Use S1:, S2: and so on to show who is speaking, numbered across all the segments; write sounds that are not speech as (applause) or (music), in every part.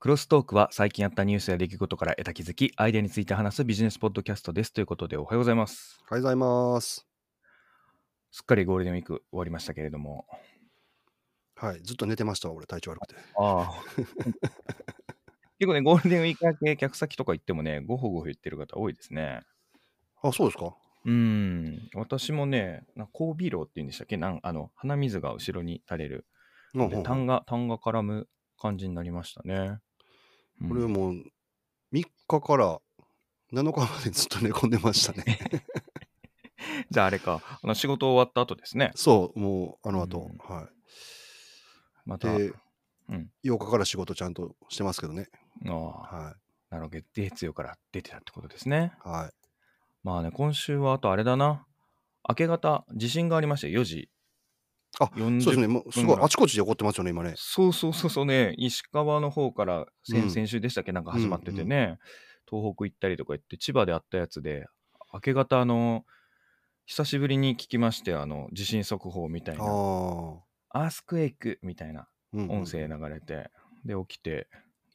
S1: クロストークは最近あったニュースや出来事から得た気づき、アイデアについて話すビジネスポッドキャストです。ということで、おはようございます。
S2: おはようございます。
S1: すっかりゴールデンウィーク終わりましたけれども。
S2: はい、ずっと寝てましたわ、俺、体調悪くて。
S1: ああ。結構ね、ゴールデンウィーク明け、客先とか行ってもね、ごほごほ言ってる方多いですね。
S2: あ、そうですか
S1: うん。私もね、なコービーローっていうんでしたっけなんあの鼻水が後ろに垂れる。
S2: うんうんう
S1: で、
S2: ん
S1: 痰が、痰が絡む感じになりましたね。うん
S2: これもう3日から7日までずっと寝込んでましたね。
S1: じゃああれか、あの仕事終わった後ですね。
S2: そう、もうあの後、
S1: うん
S2: は
S1: ま
S2: い。
S1: た、
S2: で、
S1: うん。
S2: 8日から仕事ちゃんとしてますけどね。
S1: ああ、
S2: は
S1: なるほど、月曜から出てたってことですね。
S2: い。はい。
S1: まあね、今週はあとあれだな。明け方、地震がありまして、4時。
S2: あ
S1: 40
S2: そうですね、もうす
S1: 分ぐ
S2: ごい
S1: らい
S2: あちこちで起こってますよね、今ね。
S1: そうそうそうそうね、石川の方から先,、
S2: うん
S1: 先週でしたっけ、なんか始まっててね、東北行ったりとか言って、千葉であったやつで、明け方、あの、久しぶりに聞きまして、あの、地震速報みたい
S2: ああ
S1: な、アースクエイクみたいな
S2: ー。うん
S1: 音声流れて、で、起きて、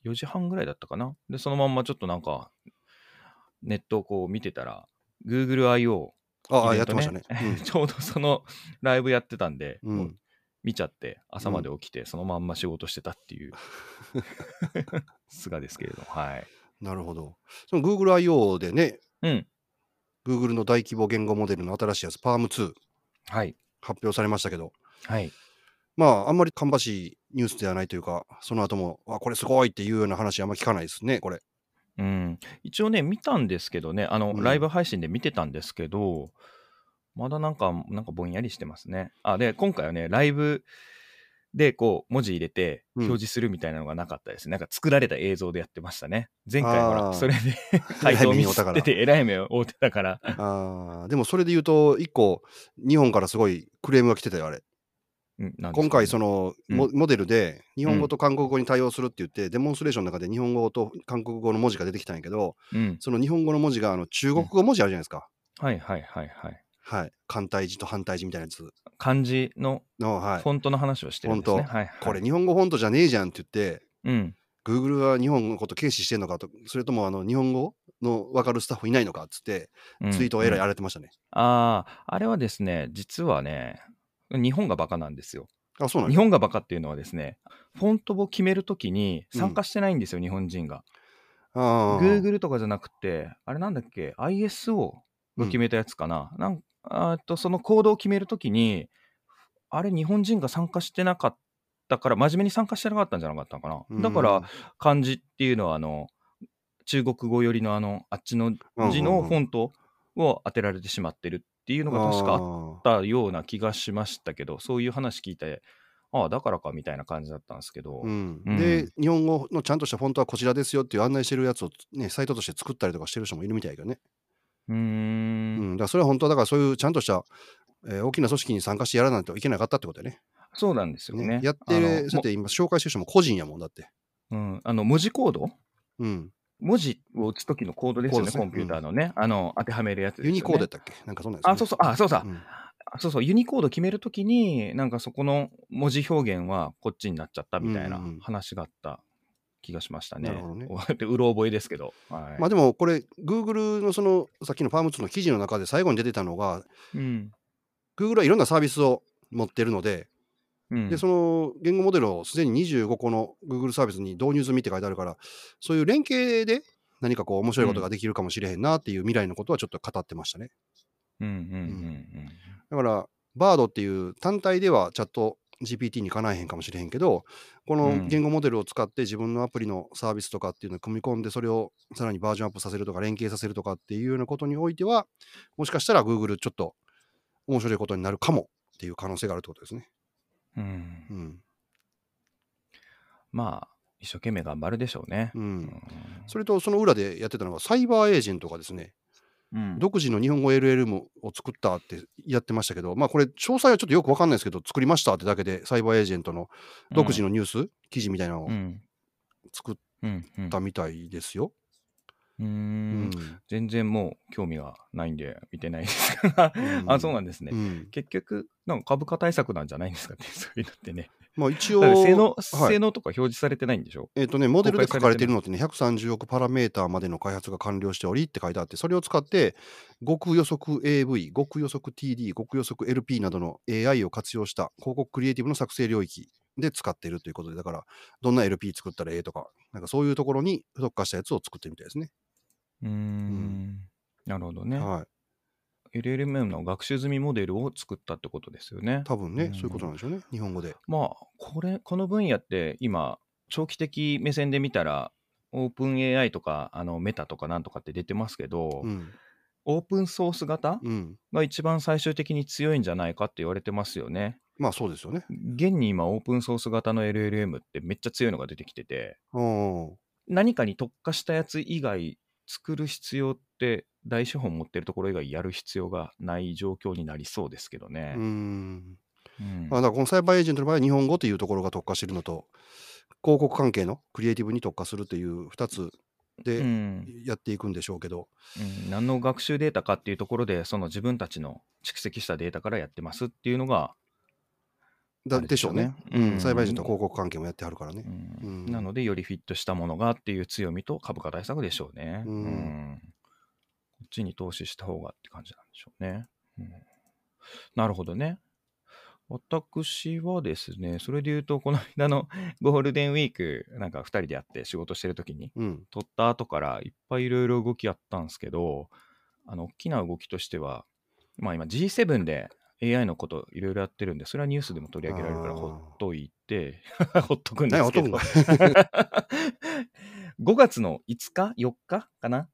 S1: 4時半ぐらいだったかな。で、そのまんまちょっとなんか、ネットをこう見てたら、GoogleIO、
S2: ああ、
S1: イベン
S2: や
S1: ト
S2: って
S1: ね
S2: ましたね。
S1: (laughs) ちょうどそのライブやってたんで、
S2: うん。う、
S1: もうん見ちゃって、朝まで起きて、そのまんま仕事してたって
S2: (laughs)
S1: いう、 (laughs) 菅ですけれども、はい。
S2: なるほど。その GoogleIO でね、
S1: うん、
S2: Google の大規模言語モデルの新しいやつ、Palm2、
S1: はい、
S2: 発表されましたけど、
S1: はい。
S2: まあ、あんまり芳しいニュースではないというか、その後も、あ、これすごいっていうような話、あんま聞かないですね、これ。
S1: うん、一応ね、見たんですけどね、あの、
S2: うん
S1: ライブ配信で見てたんですけど、まだなんか、なんかぼんやりしてますね。あ、で、今回はね、ライブでこう、文字入れて
S2: うん
S1: 表示するみたいなのがなかったですね。なんか作られた映像でやってましたね。前回
S2: あ
S1: ほ
S2: ー
S1: ら、それ
S2: (laughs)
S1: で (laughs) 回答ミスってて、えらい目を負ってたから。
S2: あーでもそれで言うと、一個、日本からすごいクレームが来てたよ、あれ。
S1: うんなんですかね
S2: 今回、その、
S1: うん
S2: モモデルで、日本語と韓国語に対応するって言って、デモンストレーションの中で日本語と韓国語の文字が出てきたんやけど、
S1: うん、
S2: その日本語の文字が、あの、中国語文字あるじゃないですか。
S1: はいはいはいはい。
S2: はい。簡体字と反対字みたいなやつ
S1: 漢字の
S2: の、はい
S1: フ。ォントの話をしてるんですね。
S2: フォン
S1: はいはい、
S2: これ、日本語フォントじゃねえじゃんって言って、
S1: うん。
S2: Google は日本のこと軽視してんのかと、それとも、あの、日本語の分かるスタッフいないのかっつって、
S1: うん
S2: ツイートをえら
S1: う
S2: い
S1: ん
S2: 荒れてましたね。
S1: ああ、あれはですね、実はね、日本がバカなんですよ。
S2: あ、そうなん
S1: 日
S2: や
S1: 本がバカっていうのはですね、フォントを決めるときに参加してないんですよ、日本人が。
S2: ああ
S1: Google とかじゃなくて、あれなんだっけ、ISO が決めたやつかな。なんあーっとその行動を決めるときに、あれ、日本人が参加してなかったから、真面目に参加してなかったんじゃなかったのかな。だから、、漢字っていうのはあの中国語寄りのあのあっちの字のフォ
S2: ン
S1: ントを当てられてしまってるっていう
S2: ト
S1: のが確かあっ
S2: あった
S1: ような気がしましたけどそういう話聞いてああだからかみたいな感じだったんですけど、
S2: うん
S1: うん
S2: で、日本語のちゃんとしたフォントはこちらですよっていう案内してるやつを、ね、サイトとして作ったりとかしてる人もいるみたいだけどね。
S1: うー
S2: うんん、だからそれは本当はだからそういうちゃんとした、えー大きな組織に参加してやらないといけなかったってことだよね。
S1: そうなんですよね
S2: ねやっ
S1: あの
S2: て、そうやっ
S1: も
S2: て今紹介してる人も個人やもんだって。
S1: うん、あの文字コード
S2: うん。
S1: 文字を打つ時のコードですよね
S2: コー
S1: コ
S2: ドですね
S1: ンピューターのね、あの当てはめるやつですよ、
S2: ユ
S1: ね、
S2: ニコードやったっけなんかそんなんですよ
S1: あ
S2: ね
S1: そうそうあそうさ、
S2: うん
S1: あそうそうユニコード決めるときになんかそこの文字表現はこっちになっちゃったみたいな
S2: うんうんうん
S1: 話があった気がしましたね。
S2: なるほどね
S1: (laughs) でうろ覚えですけど。はい
S2: まあでもこれ、Google のそのさっきのパームツの記事の中で最後に出てたのが、
S1: うん、
S2: Google はいろんなサービスを持ってるので、
S1: うん
S2: で、その言語モデルをすでに25個の Google サービスに導入済みって書いてあるから、そういう連携で何かこう面白いことができるかもしれへんなっていう未来のことはちょっと語ってましたね。
S1: うんうん
S2: だから、BARD っていう単体ではチャット GPT にかないへんかもしれへんけど、こ
S1: う
S2: の
S1: ん
S2: 言語モデルを使って自分のアプリのサービスとかっていうのを組み込んで、それをさらにバージョンアップさせるとか、連携させるとかっていうようなことにおいては、もしかしたら Google ちょっと面白いことになるかもっていう可能性があるってことですね。
S1: うんうんうん
S2: うん。
S1: まあ一生懸命頑張るでしょうね。
S2: う
S1: うんん
S2: それとその裏でやってたのがサイバーエージェントがですね、
S1: うん
S2: 独自の日本語 LLM を作ったってやってましたけど、まあこれ詳細はちょっとよくわかんないですけど、作りましたってだけでサイバーエージェントの独自のニュース、記事みたいなのを
S1: うん
S2: 作っ
S1: うんうん
S2: たみたいですよ。
S1: うー
S2: うんん
S1: 全然もう興味がないんで見てないですが、
S2: うん
S1: あそうなんですね、
S2: うん
S1: 結局なんか株価対策なんじゃないん
S2: (laughs)
S1: ですかねそういうのってね
S2: まあ一
S1: だ
S2: 応、
S1: って性能、
S2: はい
S1: 性能とか表示されてないんでしょ
S2: えっとね、モデルで
S1: 公開さ
S2: 書か
S1: れ
S2: れ
S1: て
S2: て
S1: な
S2: るのってね、130億パラメーターまでの開発が完了しておりって書いてあって、それを使って、極予測 AV、極予測 TD、極予測 LP などの AI を活用した広告クリエイティブの作成領域で使ってるということで、だから、どんな LP 作ったらええとか、なんかそういうところに特化したやつを作ってるみたいですね。
S1: うーんなるほどね、
S2: は
S1: LLM の学習済みモデルを作ったってことですよね
S2: い。多分ね、
S1: うん
S2: そういうことなんでしょうね、日本語で。
S1: まあこれこの分野って今長期的目線で見たらオープン AI とかあのメタとかなんとかって出てますけど、
S2: うん。
S1: オープンソース型
S2: うん。
S1: が一番最終的に強いんじゃないかって言われてますよね。
S2: まあそうですよね。
S1: 現に今オープンソース型の LLM ってめっちゃ強いのが出てきてて
S2: うん。
S1: 何かに特化したやつ以外作る必要って大資本持ってるところ以外やる必要がない状況になりそうですけどね
S2: う。ん
S1: うん
S2: まあ、だからこのサイバーエージェントの場合は日本語というところが特化しているのと広告関係のクリエイティブに特化するという2つ
S1: う
S2: で
S1: ん
S2: やっていくんでしょうけど、
S1: うん、何の学習データかっていうところでその自分たちの蓄積したデータからやってますっていうのが、あ
S2: だ
S1: れ
S2: でしょうね。
S1: でしょうねうん
S2: サイバーエージェント広告関係もやってはるからね
S1: う。ん
S2: うん
S1: なのでよりフィットしたものがっていう強みと株価対策でしょうね、
S2: うん
S1: こっちに投資した方がって感じなんでしょうね、うんなるほどね私はですねそれで言うとこの間のゴールデンウィークなんか2人でやって仕事してる時に
S2: うん。
S1: 取った後からいっぱいいろいろ動きあったんですけど、あの、大きな動きとしては、まあ今 G7 で AI のこといろいろやってるんで、それはニュースでも取り上げられるから
S2: あー
S1: ほっといて、 (laughs) ほっとくんです
S2: ね、お
S1: け
S2: と
S1: ど
S2: ん、が
S1: (laughs) 5月の5日、4日かな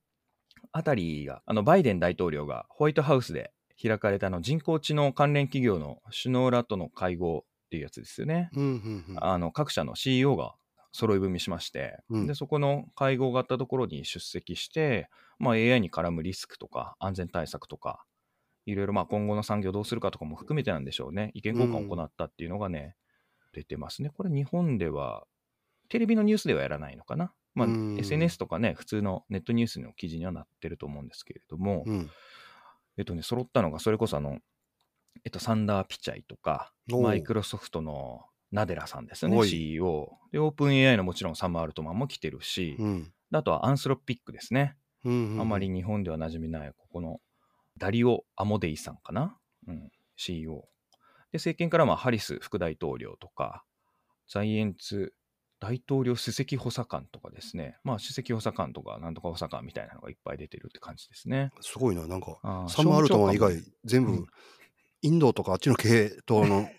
S1: あたりが、あの、バイデン大統領がホワイトハウスで開かれたあの人工知能関連企業の首脳らとの会合っていうやつですよね。
S2: うんうんうん
S1: あの各社の CEO が揃い踏みしまして、
S2: うん
S1: でそこの会合があったところに出席して、まあ、AI に絡むリスクとか安全対策とかいろいろまあ今後の産業どうするかとかも含めてなんでしょうね意見交換を行ったっていうのがね、出てますねこれ日本ではテレビのニュースではやらないのかな、まあ
S2: うん
S1: SNS とかね普通のネットニュースの記事にはなってると思うんですけれども、
S2: うん
S1: えっとね揃ったのがそれこそあのえっと、サンダー・ピチャイとか、
S2: おう
S1: マイクロソフトのナデラさんですね、
S2: おい
S1: CEO。で、オープン AI のもちろんサム・アルトマンも来てるし、
S2: うん
S1: であとはアンスロピックですね。
S2: うんうん
S1: あまり日本では馴染みない、ここのダリオ・アモデイさんかな、うん、CEO。で、政権からはハリス副大統領とか、ザイエンツ大統領首席補佐官とかですね、まあ、首席補佐官とか、なんとか補佐官みたいなのがいっぱい出てるって感じですね。
S2: すごいな、なんか、
S1: あー
S2: サム・アルトマン以外、全
S1: う
S2: 部
S1: ん、
S2: インドとかあっちの系統の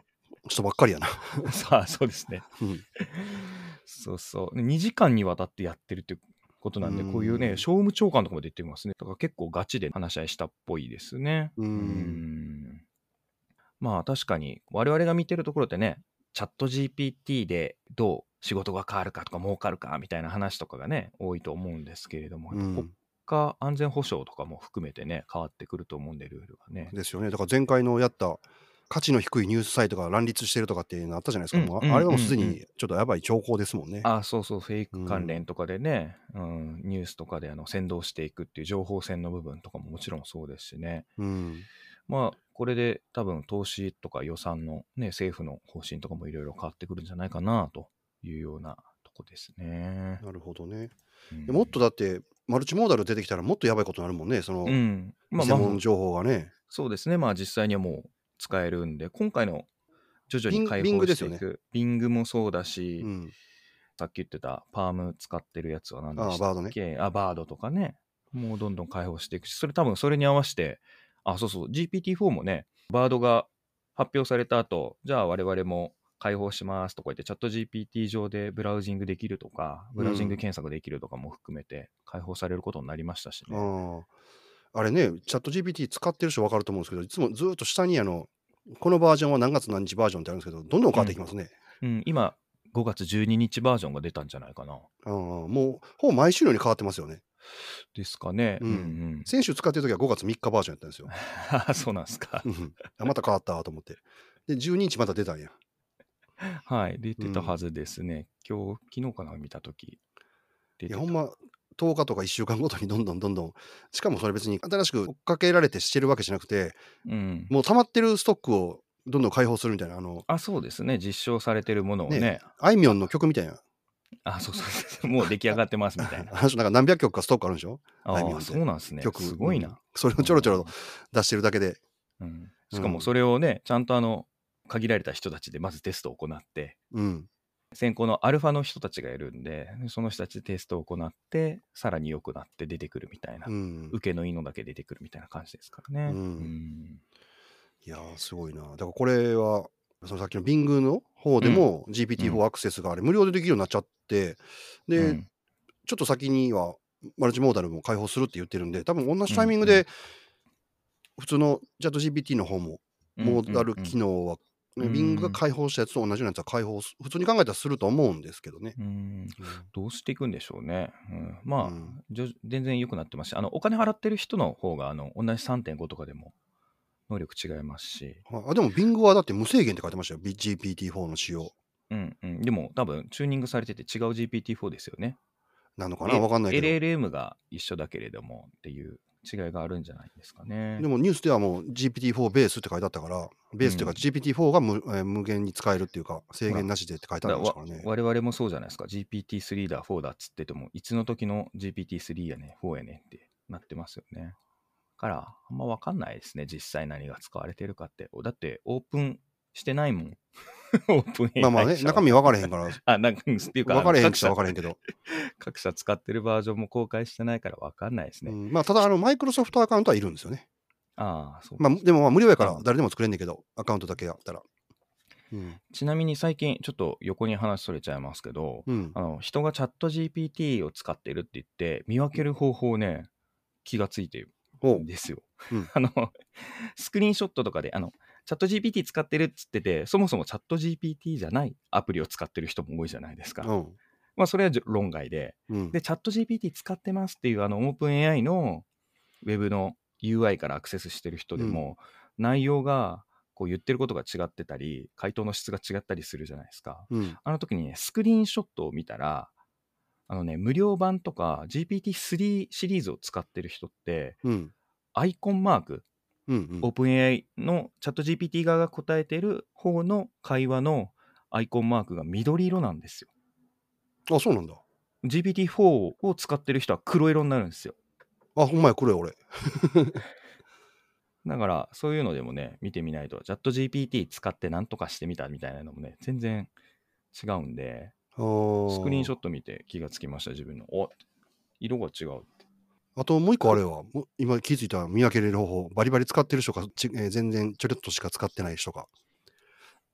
S2: 人ばっか
S1: (laughs)
S2: りやな。
S1: さあ、そうですね。
S2: うん
S1: そうそう。2時間にわたってやってるってことなんで、
S2: うん
S1: こういうね、商務長官とかも出てますね。だから結構ガチで話し合いしたっぽいですね。
S2: うん
S1: んまあ確かに、我々が見てるところってね、チャット GPT でどう仕事が変わるかとか儲かるかみたいな話とかがね、多いと思うんですけれども、
S2: うん
S1: 国家安全保障とかも含めてね、変わってくると思うんで、ルールがね。
S2: ですよね。だから前回のやった価値の低いニュースサイトが乱立してるとかっていうのあったじゃないですか。もう
S1: うんうん
S2: ああれはもうすで
S1: うんうん
S2: にちょっとやばい兆候ですもんね。
S1: あそうそう、フェイク関連とかでね、うんニュースとかであの先導していくっていう情報戦の部分とかももちろんそうですしね、
S2: うん、
S1: まあ、これで多分投資とか予算の、ね、政府の方針とかもいろいろ変わってくるんじゃないかなというようなとこですね。
S2: なるほどね。
S1: うん
S2: もっとだって、マルチモーダル出てきたらもっとやばいことになるもんね。その、
S1: うんまあ、
S2: 専
S1: まあ
S2: 門情報がね。
S1: そうですね、まあ実際にはもう使えるんで、今回の徐々
S2: ビ
S1: に
S2: ン
S1: 開
S2: ビン
S1: 放
S2: グで
S1: して
S2: すよ
S1: い
S2: ね
S1: く、ビングもそうだし、
S2: うん。
S1: さっき言ってたパーム使ってるやつは何で
S2: あ
S1: した
S2: あ、バードね。
S1: 系、あ、バードとかね、もうどんどん開放していくし、それ多分それに合わせて、あ、そうそう、GPT-4 もね、バードが発表された後、じゃあ我々も開放しますとか言って、チャット GPT 上でブラウジングできるとか、ブラウジング検索できるとかも含めて、開放されることになりましたしね。
S2: あああれね、チャット GPT 使ってる人分かると思うんですけど、いつもずーっと下にあの、このバージョンは何月何日バージョンってあるんですけど、どんどん変わってきますね。
S1: うん、今、5月12日バージョンが出たんじゃないかな。
S2: ああもう、ほぼ毎週のように変わってますよね。
S1: ですかね。
S2: うん
S1: うん、 (laughs)
S2: 先週使ってる時は5月3日バージョンやったんですよ。
S1: うん。そうなんですか
S2: う。んあまた変わったと思って。で、12日また出たんや。
S1: はい、出てたはずですね。今日、昨日かな、見たとき。出
S2: い
S1: て
S2: や、
S1: た
S2: ほんま、 10日とか1週間ごとにどんどんどんどん、しかもそれ別に新しく追っかけられてしてるわけじゃなくて、
S1: うん、
S2: もう溜まってるストックをどんどん解放するみたいな、あの、
S1: あそうですね実証されてるものをね
S2: ねあいみょんの曲みたいな、
S1: あそうそうそうもう出来上がってますみたいな
S2: (laughs) あの人なんか何百曲かストックあるんでしょ
S1: あ
S2: あいみょ
S1: あ
S2: んって
S1: そうなんですね
S2: 曲。
S1: すごいな、
S2: それを (laughs) ちょろちょろ出してるだけで、
S1: うん、
S2: うん
S1: しかもそれをねちゃんとあの限られた人たちでまずテストを行って
S2: うん。
S1: 先行のアルファの人たちがいるんでその人たちでテストを行ってさらに良くなって出てくるみたいな、
S2: うん、
S1: 受けのいいのだけ出てくるみたいな感じですからね。
S2: うん
S1: うん
S2: いやー、すごいな。だからこれは、そのさっきの Bing の方でも
S1: うん
S2: GPT-4 アクセスがあれ、無料でできるようになっちゃって、で、
S1: うん
S2: ちょっと先にはマルチモーダルも開放するって言ってるんで、多分同じタイミングで、
S1: うんう
S2: 普通のチャット GPT の方も、モーダル機能は、
S1: うんうん
S2: ビングが開放したやつと同じようなやつは開放す、普通に考えたらすると思うんですけどね。
S1: うんうんどうしていくんでしょうね。うん、まあ、
S2: うん
S1: じょ全然良くなってますし、あのお金払ってる人の方があの同じ3.5とかでも能力違いますし、
S2: あでも、ビングはだって無制限って書いてましたよ、GPT-4 の仕様
S1: うんうん、でも多分チューニングされてて違う GPT-4 ですよね。
S2: なのかな、わかんないけど。
S1: LLM が一緒だけれどもっていう違いがあるんじゃないですかね
S2: で。もニュースではもう GPT-4 ベースって書いてあったから、ベースっていうか GPT-4 が無,、えー無限に使えるっていうか、制限なしでって書いてあ
S1: だ
S2: りました
S1: わ
S2: からね。
S1: 我々もそうじゃないですか GPT3 だ4だっつっててもいつの時の GPT3 やね4やねってなってますよねだからあんま分かんないですね実際何が使われてるかってだってオープンしてないもん (laughs) オープン AI
S2: まあまあね、
S1: 社は
S2: 中身分かれへんから、
S1: あなんか (laughs) っていうか
S2: 分かれへん
S1: 各
S2: くち
S1: 社
S2: ゃ分かれへんけど、
S1: 各社使ってるバージョンも公開してないから分かんないですね、
S2: うんまあただ、あの、マイクロソフトアカウントはいるんですよね。
S1: ああそう
S2: まあ、でもまあ無料やから誰でも作れんねんけど、アカウントだけやったら。うん。
S1: ちなみに最近ちょっと横に話それちゃいますけど、
S2: うん
S1: あの人がチャット GPT を使ってるって言って見分ける方法ね気がついてる
S2: おうん
S1: ですよ。
S2: うん
S1: (laughs) あのスクリーンショットとかであのチャット GPT 使ってるっつっててそもそもチャット GPT じゃないアプリを使ってる人も多いじゃないですか。
S2: うん。
S1: まあそれはじょ論外で。
S2: うん。
S1: でチャット GPT 使ってますっていうあのオープン AI のウェブの UI からアクセスしてる人でも、内容がこう言ってることが違ってたり回答の質が違ったりするじゃないですか。
S2: うん。
S1: あの時にね、スクリーンショットを見たら、あのね、無料版とか GPT-3 シリーズを使ってる人って、
S2: うん。
S1: アイコンマーク、
S2: うん。
S1: OpenAI のチャット GPT 側が答えてる方の会話のアイコンマークが緑色なんですよ。
S2: あ、そうなんだ。
S1: GPT-4 を使ってる人は黒色になるんですよ。
S2: あ、ほんまや、これ俺。
S1: だから、そういうのでもね、見てみないと、チャット GPT 使ってなんとかしてみたみたいなのもね、全然違うんで、
S2: スク
S1: スクリーンショ
S2: ッ
S1: ット見て気がつきました、自分の。お色が違う。
S2: ト。あともう一個あれは、もう今気づいた見分けれる方法、バリバリ使ってる人か、ちえー全然ちょろっとしか使ってない人か。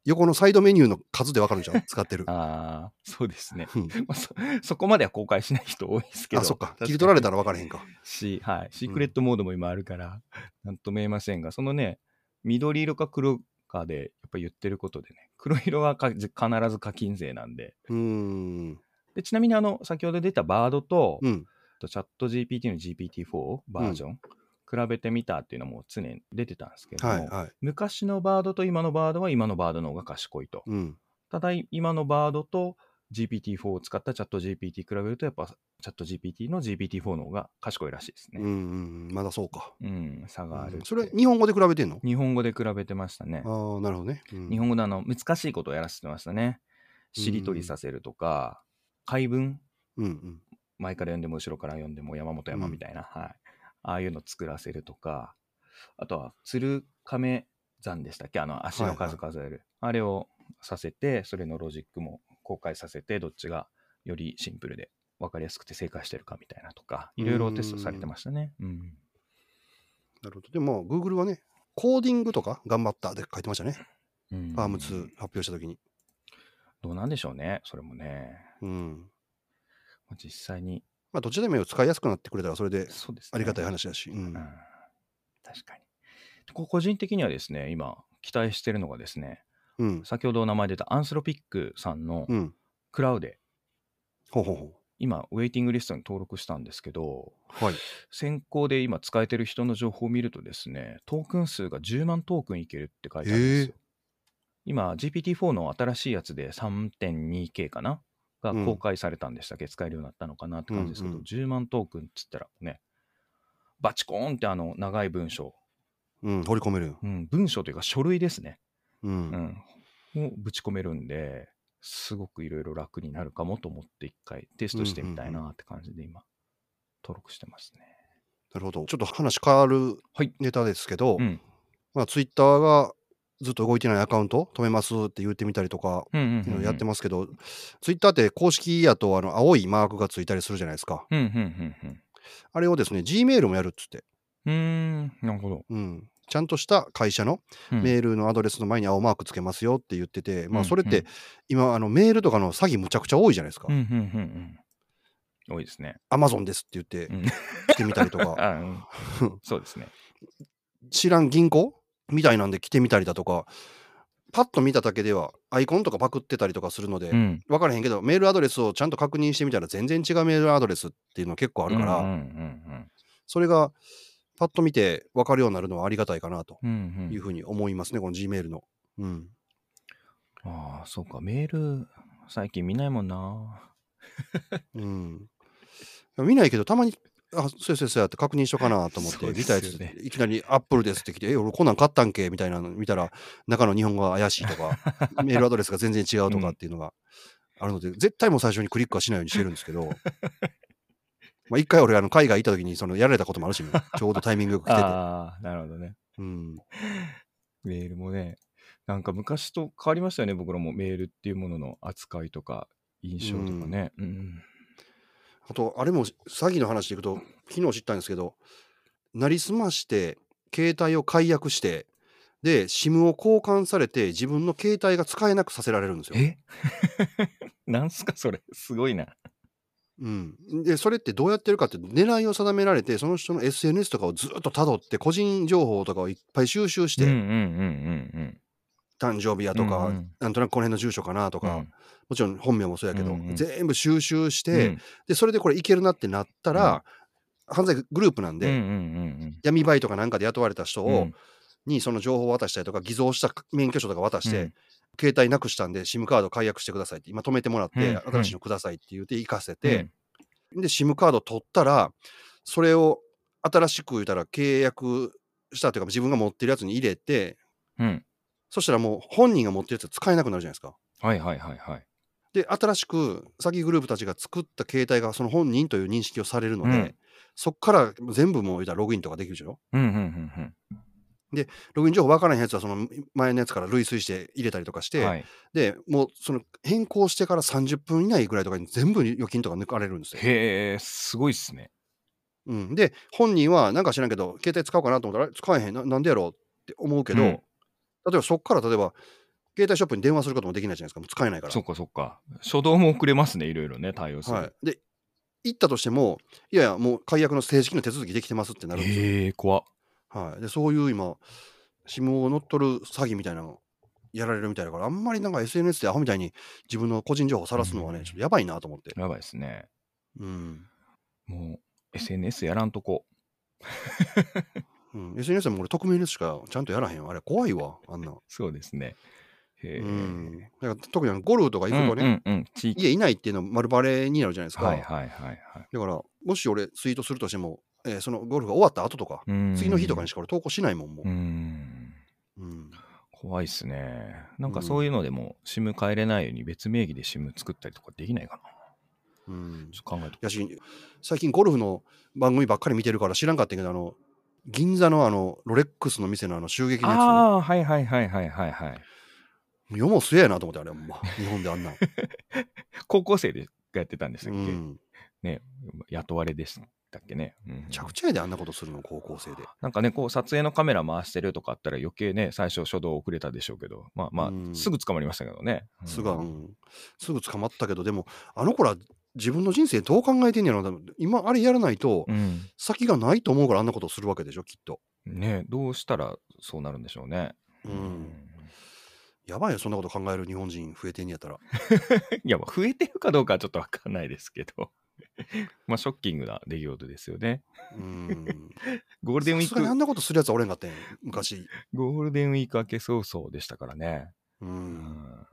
S2: 横のサイドメニューの数で分かるんじ
S1: (laughs)
S2: ゃん、使ってる。
S1: ああ、そうです
S2: (laughs)
S1: ね。
S2: うん
S1: まあ、そそこまでは公開しない人多いですけど。
S2: あ、そっか。
S1: 確に
S2: 切り取られたら分からへんか。
S1: し、はい。シークレットモードも今あるから、 (laughs) なんとも言えませんが、そのね、緑色か黒かで、やっぱ言ってることでね、黒色はか必ず課金税なんで。
S2: うーん。
S1: でちなみに、あの、先ほど出たバードと、
S2: うん。
S1: とチャット GPT の GPT-4 バージョン、比べてみたっていうのも常に出てたんですけれども、
S2: はい、はい。
S1: 昔のバードと今のバードは今のバードの方が賢いと。
S2: うん。
S1: ただ今のバードと GPT-4 を使ったチャット GPT 比べるとやっぱチャット GPT の GPT-4 の方が賢いらしいです
S2: うんう
S1: ね。
S2: ん。まだそうか。
S1: うん、差があるって、
S2: それ、日本語で比べてんの
S1: 日本語で比べてましたね。
S2: ああ、なるほどね。うん
S1: 日本語であの難しいことをやらせてましたね。しりとりさせるとか、解文、
S2: うんうん。
S1: 前から読んでも後ろから読んでも山本山みたいな、はい。ああいうの作らせるとか、あとは鶴亀山でしたっけあの足の数数える、あれをさせて、それのロジックも公開させて、どっちがよりシンプルで分かりやすくて正解してるかみたいなとか、いろいろテストされてましたね。うん。
S2: なるほど。でも、Google はね、コーディングとか頑張ったで書いてましたね。
S1: うん
S2: パーム2発表したときに。
S1: どうなんでしょうね、それもね。
S2: うん。
S1: 実際に、
S2: まあ、どっちでもいいよ使いやすくなってくれたら、それで
S1: そうですね。
S2: ありがたい話だし。う
S1: うんん。。確かに。こ個人的にはですね、今、期待してるのがですね、
S2: うん。
S1: 先ほどお名前出たアンスロピックさんの
S2: うん。
S1: クラウデ、
S2: ほうほうほ
S1: 今、ウェイティングリストに登録したんですけど、
S2: う。はい。
S1: 先行で今使えてる人の情報を見るとですね、トークン数が10万トークンいけるって書いてあるんですよ。今、GPT-4 の新しいやつで 3.2K かなが
S2: うん
S1: 公開されたんでしたっけ、使えるようになったのかなって感じですけど、
S2: うんうん
S1: 10万トークンっつったらね、バチコーンってあの長い文章、
S2: うん、掘り込める。
S1: うん、文章というか書類ですね、
S2: う。
S1: うんん、をぶち込めるんで、すごくいろいろ楽になるかもと思って、一回テストしてみたいなって感じで、今、登録してますね。
S2: なるほど。ちょっと話変わる
S1: はい
S2: ネタですけど、
S1: うん
S2: まあ、ツイッターがずっと動いてないアカウント止めますって言ってみたりとか、
S1: うんうんうんうん
S2: やってますけど、ツイッターって公式やとあの青いマークがついたりするじゃないですか。
S1: うんうんうん
S2: あれをですね、Gmail もやるっつって、
S1: うん。うーん、なるほど。
S2: うん、ちゃんとした会社の
S1: うん
S2: メールのアドレスの前に青マークつけますよって言ってて、ま
S1: う
S2: あ
S1: ん
S2: それっ
S1: う
S2: て
S1: ん
S2: 今あのメールとかの詐欺むちゃくちゃ多いじゃないですか
S1: うん。うんうんうん。多いですね。
S2: アマゾンですって言って
S1: うん
S2: 来てみたり
S1: (laughs)
S2: とか、
S1: あうんそうですね。
S2: 知らん銀行みたいなんで来てみたりだとか、パッと見ただけではアイコンとかパクってたりとかするので、
S1: うん。
S2: 分からへんけど、メールアドレスをちゃんと確認してみたら全然違うメールアドレスっていうの結構あるから、
S1: うんうん
S2: それがパッと見て分かるようになるのはありがたいかなと
S1: うんうん。うんうん
S2: いうふうに思いますね、この G メールの。うん。
S1: ああ、そうか。メール、最近見ないもんな。
S2: うん、見ないけど、たまに、あ、そうやそうやそうやって確認しようかなと思っ
S1: そ
S2: て、
S1: うで
S2: 見
S1: す
S2: た
S1: よ
S2: や
S1: ね
S2: つ、いきなりアップルですって来て、え、俺こんなん買ったんけみたいなの見たら、中の日本語が怪しい
S1: (laughs)
S2: とか、メールアドレスが全然違うとかっていうのがあるので、絶対もう最初にクリックはしないようにしてるんですけど、まあ一回俺、あの海外行った時にそのやられたこともあるしね、ちょうどタイミングよく来て
S1: (laughs)
S2: て。
S1: ああ、なるほどね。
S2: うん
S1: メールもね、なんか昔と変わりましたよね、僕らもメールっていうものの扱いとか、印象とかね。うん。
S2: あと、あれも詐欺の話でいくと、昨日知ったんですけど、なりすまして、携帯を解約して、で、SIM を交換されて、自分の携帯が使えなくさせられるんですよ。
S1: え (laughs) なんすか、それ。すごいな。
S2: うん、で、それってどうやってるかって、狙いを定められて、その人の SNS とかをずっと辿って、個人情報とかをいっぱい収集して、
S1: うんうんうんうんうん。
S2: 誕生日やとか、
S1: うんうん
S2: なんとなくこの辺の住所かなとか、
S1: うん
S2: もちろん本名もそうやけど、
S1: うんうん
S2: 全部収集して、で、それでこれいけるなってなったら、犯罪グループなん
S1: うん
S2: で、
S1: うんうん
S2: 闇バイトかなんかで雇われた人
S1: うんう
S2: を、
S1: ん
S2: にその情報を渡したりとか偽造した免許証とか渡して、
S1: うん
S2: 携帯なくしたんで SIM カード解約してくださいって今止めてもらって、
S1: うん
S2: 新しいのくださいって言って行かせて、で SIM カード取ったらそれを新しく言ったら契約したというか自分が持ってるやつに入れて
S1: うんうん。
S2: そしたらもう本人が持ってるやつ使えなくなるじゃないですか。
S1: はいはいはいはい。
S2: で新しく詐欺グループたちが作った携帯がその本人という認識をされるので、
S1: うん
S2: そこから全部もう言ったらログインとかできるでしょ
S1: うんうんうん
S2: ログイン情報分からへんやつはその前のやつから類推して入れたりとかし
S1: う
S2: て、
S1: ん。はい。
S2: で、もうその変更してから30分以内ぐらいとかに全部預金とか抜かれるんですよ。
S1: へえ、すごいっすね。
S2: うん、で、本人はなんか知らんけど、携帯使おうかなと思ったら、あれ使えへんな、なんでやろうって思うけど、
S1: うん
S2: 例えばそこから例えば、携帯ショップに電話することもできないじゃないですか、もう使えないから。
S1: そっかそっか。初動も遅れますね、いろいろね、対応する。
S2: はい、で、行ったとしても、いやいや、もう解約の正式な手続きできてますってなるんですよ。
S1: へえ、怖っ
S2: はい、で、そういう今、SIM を乗っ取る詐欺みたいなのやられるみたいだから、あんまりなんか SNS でアホみたいに自分の個人情報を晒すのはね、
S1: うん
S2: ちょっとやばいなと思って。
S1: やばいですね。
S2: うん
S1: もう、SNS やらんとこ。
S2: うん、SNS も俺匿名ですしかちゃんとやらへんわあれ怖いわあんな、
S1: そうですね。へえ。
S2: うん、だから特にあのゴルフとか行くとね、
S1: うんうんうん、地域。
S2: 家いないっていうの丸バレになるじゃないですか、
S1: はいはいはいはい。
S2: だからもし俺ツイートするとしても、えーそのゴルフが終わった後とか、
S1: うん
S2: 次の日とかにしか俺投稿しないもんもう
S1: う、ん。
S2: うん
S1: 怖いっすね。なんかそういうのでも、SIM 変えれないように別名義で SIM 作ったりとかできないかな。
S2: うん
S1: ちょっと考えと
S2: やし最近ゴルフの番組ばっかり見てるから知らんかったけどあの銀座のあのロレックスの店のあの襲撃のや
S1: ああー、はいはいはいはいはいはい。
S2: つ世も末やなと思ってあれほんま日本であん
S1: (laughs)
S2: な、
S1: 高校生でがやってたんでした
S2: う
S1: っけ、
S2: ん、
S1: ね、雇われでしたっけね。うん
S2: めちゃくちゃやであんなことするの高校生で
S1: なんかね、こう撮影のカメラ回してるとかあったら余計ね、最初初動遅れたでしょうけど、まあまあ、
S2: うん
S1: すぐ捕まりましたけどね。うん
S2: すぐ、うん、すぐ捕まったけどでもあの子ら自分の人生どう考えてんねやろな多分今あれやらないと
S1: うん
S2: 先がないと思うからあんなことするわけでしょきっと
S1: ねどうしたらそうなるんでしょうね。
S2: うんやばいよそんなこと考える日本人増えてんねやったら
S1: (laughs) いや、まあ増えてるかどうかはちょっとわかんないですけど、 (laughs) まあショッキングな出来事ですよね。
S2: うん
S1: (laughs) ゴールデンウィー
S2: さすがにあん
S1: ク、
S2: なことするやつはおれんかったんや昔
S1: ゴールデンウィーク明け早々でしたからね。(laughs)
S2: う
S1: うんん、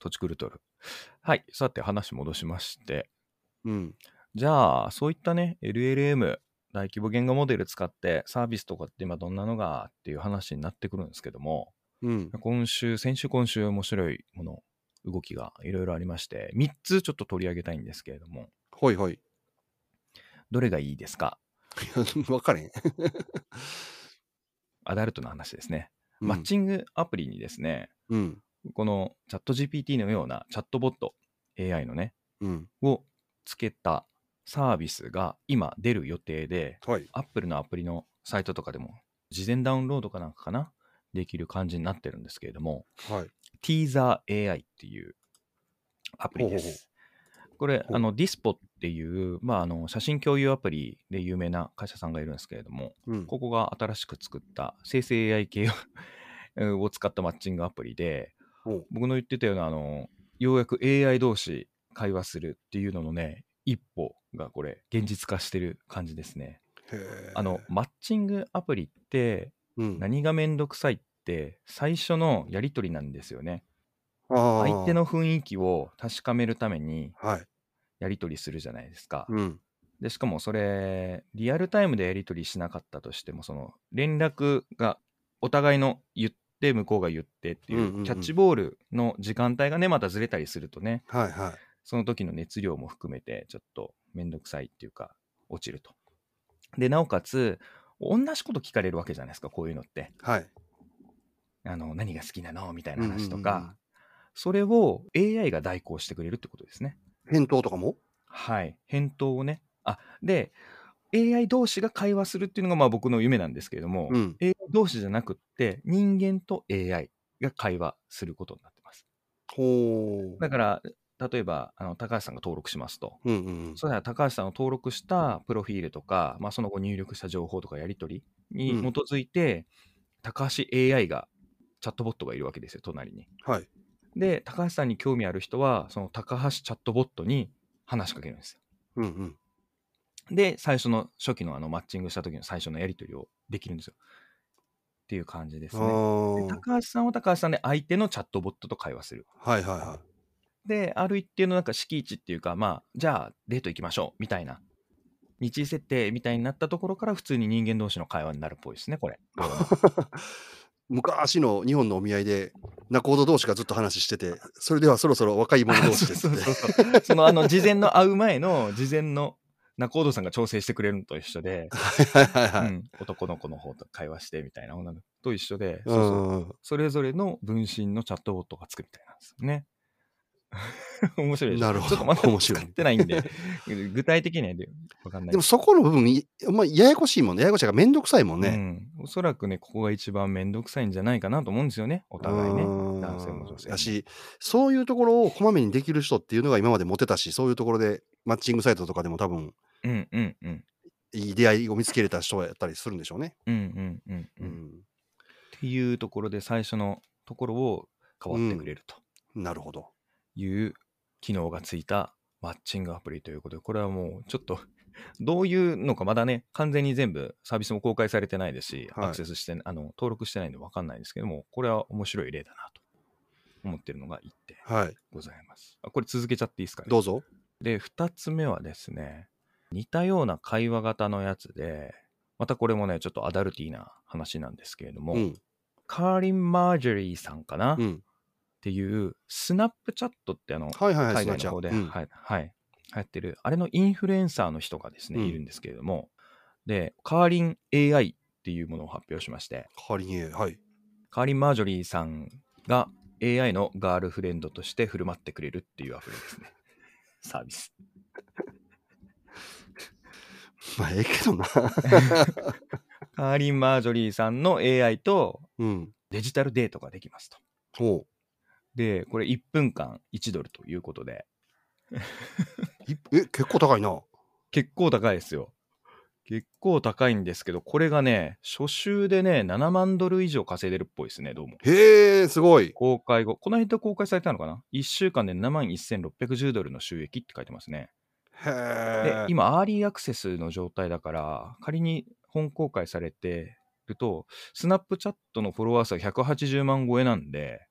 S1: 土地狂うとる。はい。さて、話戻しまして。
S2: うん。
S1: じゃあ、そういったね、LLM、大規模言語モデル使って、サービスとかって今どんなのがっていう話になってくるんですけども、
S2: うん。
S1: 今週、先週、今週、面白いもの、動きがいろいろありまして、3つちょっと取り上げたいんですけれども、
S2: ほいほい。 (laughs)
S1: どれがいいですか
S2: 分かれへん。
S1: アダルトの話ですね。
S2: うん
S1: マッチングアプリにですね、
S2: うん。
S1: このチャット GPT のようなチャットボット AI のね、
S2: うん。
S1: をつけたサービスが今出る予定で、
S2: はい。
S1: Apple のアプリのサイトとかでも、事前ダウンロードかなんかかな、できる感じになってるんですけれども、
S2: はい。
S1: Teaser AI っていうアプリで
S2: ほうほう
S1: す。これ、
S2: ほう
S1: あの、Dispo っていう、まあ、あの、写真共有アプリで有名な会社さんがいるんですけれども、
S2: うん。
S1: ここが新しく作った生成 AI 系を (laughs) うんを使ったマッチングアプリで
S2: ほう、
S1: 僕の言ってたような、あの、ようやく AI 同士会話するっていうののね、一歩がこれ、現実化してる感じですね。
S2: へー
S1: あの、、マッチングアプリって
S2: うん、
S1: 何がめんどくさいって、最初のやり取りなんですよね。相
S2: 相
S1: 手。の雰囲気を確かめるために
S2: はい。
S1: やり取りするじゃないですか。
S2: うん。
S1: で、しかもそれ、リアルタイムでやり取りしなかったとしても、その連絡がお互いの言って、向こうが言ってってい
S2: うんうんうん
S1: う、キャッチボールの時間帯がね、またずれたりするとね、
S2: はいはい。
S1: その時の熱量も含めて、ちょっとめんどくさいっていうか、落ちると。で、なおかつ、同じこと聞かれるわけじゃないですか、こういうのって。
S2: はい。
S1: あの、何が好きなのみたいな話と
S2: うんうんうんうん
S1: か、それを AI が代行してくれるってことですね。
S2: 返答とかも
S1: はい。返答をね。あ、で、AI 同士が会話するっていうのがまあ僕の夢なんですけれども、
S2: うん。
S1: AI 同士じゃなくって、人間と AI が会話することになってます。
S2: ほう。
S1: だから、例えば、あの高橋さんが登録しますと。
S2: うんうん
S1: それは高橋さんを登録したプロフィールとか、まあ、その後入力した情報とかやり取りに基づいて、高橋 AI が、チャットボットがいるわけですよ、隣に。
S2: うん。はい。
S1: で、高橋さんに興味ある人は、その高橋チャットボットに話しかけるんですよ。
S2: うんうん。
S1: で、最初の初期のあのマッチングした時の最初のやり取りをできるんですよ。っていう感じです
S2: あ
S1: ね。
S2: あ。
S1: で高橋さんは高橋さんで相手のチャットボットと会話する。
S2: はいはいは
S1: で、ある一定のなんか敷地っていうか、まあ、じゃあデート行きましょうみたいな。日時設定みたいになったところから普通に人間同士の会話になるっぽいですね、これ。どうも
S2: い。昔の日本のお見合いで、仲人同士がずっと話してて、それではそろそろ若い者同士で
S1: (laughs) そ
S2: すっ
S1: う
S2: て
S1: そう。そうそのあの事前の会う前の事前の仲人さんが調整してくれるのと一緒で、
S2: はいはいは
S1: う
S2: い。
S1: ん男の子の方と会話してみたいな女の子と一緒で、
S2: う
S1: そうそうん
S2: うん
S1: それぞれの分身のチャットボットがつくみたいなんですよ
S2: (laughs)
S1: ね。面白いでしょ
S2: なるほ
S1: ち
S2: ど
S1: ょっとまだ
S2: 面白い
S1: 使ってないんで、 (laughs) 具体的にはねわかんない
S2: でもそこの部分、いまあ、ややこしいもんね。ややこしいがめんどくさいもんね。
S1: うん。おそらくね、ここが一番めんどくさいんじゃないかなと思うんですよね、お互いね。
S2: うん
S1: 男性も女性も
S2: やし、そういうところをこまめにできる人っていうのが今までモテたし、そういうところでマッチングサイトとかでも多分、
S1: うんうんうん。
S2: いい出会いを見つけれた人やったりするんでしょうね。
S1: うんうんうんう。
S2: うん
S1: っ
S2: ん、
S1: ていうところで、最初のところを変わってくれると
S2: なるほど。
S1: いう機能がついたマッチングアプリということで、これはもうちょっと。 (laughs) どういうのかまだね、完全に全部サービスも公開されてないですし、
S2: はい
S1: アクセスしてあの、登録してないんで分かんないんですけども、これは面白い例だなと思ってるのが1点
S2: はい。
S1: ございます。あこれ続けちゃっていいですかね。
S2: どうぞ。
S1: で、2つ目はですね、似たような会話型のやつで、またこれもね、ちょっとアダルティーな話なんですけれども、
S2: うん。
S1: カーリン・マージェリーさんかな、
S2: う
S1: っ
S2: ん。
S1: ていう、スナップチャットってあの、
S2: はいはいは
S1: 海
S2: い。すな
S1: 外
S2: ちゃ
S1: の
S2: ん。
S1: 方で、
S2: うん
S1: はい、はい、流行ってる、あれのインフルエンサーの人がですね、
S2: うん
S1: いるんですけれども、で、カーリン AI っていうものを発表しまして、
S2: カーリンエーはい。 (laughs)
S1: カーリン・マージョリーさんが AI のガールフレンドとして振る舞ってくれるっていうアプリですね。 (laughs) サービス。
S2: まあ、ええけどな。 (laughs)
S1: カーリン・マージョリーさんの AI と
S2: うん。
S1: デジタルデートができますと。
S2: ほ
S1: で、これ1分間1ドルということで、
S2: う。いえ、結構高いな。
S1: 結構高いですよ。結構高いんですけど、これがね、初週でね、7万ドル以上稼いでるっぽいですね、どうも。
S2: へえ、すごい。
S1: 公開後、この間公開されたのかな ?1 週間で7万1610ドルの収益って書いてますね。で
S2: へえ。
S1: 今、アーリーアクセスの状態だから、仮に本公開されてると、スナップチャットのフォロワー数が180万超えなんで、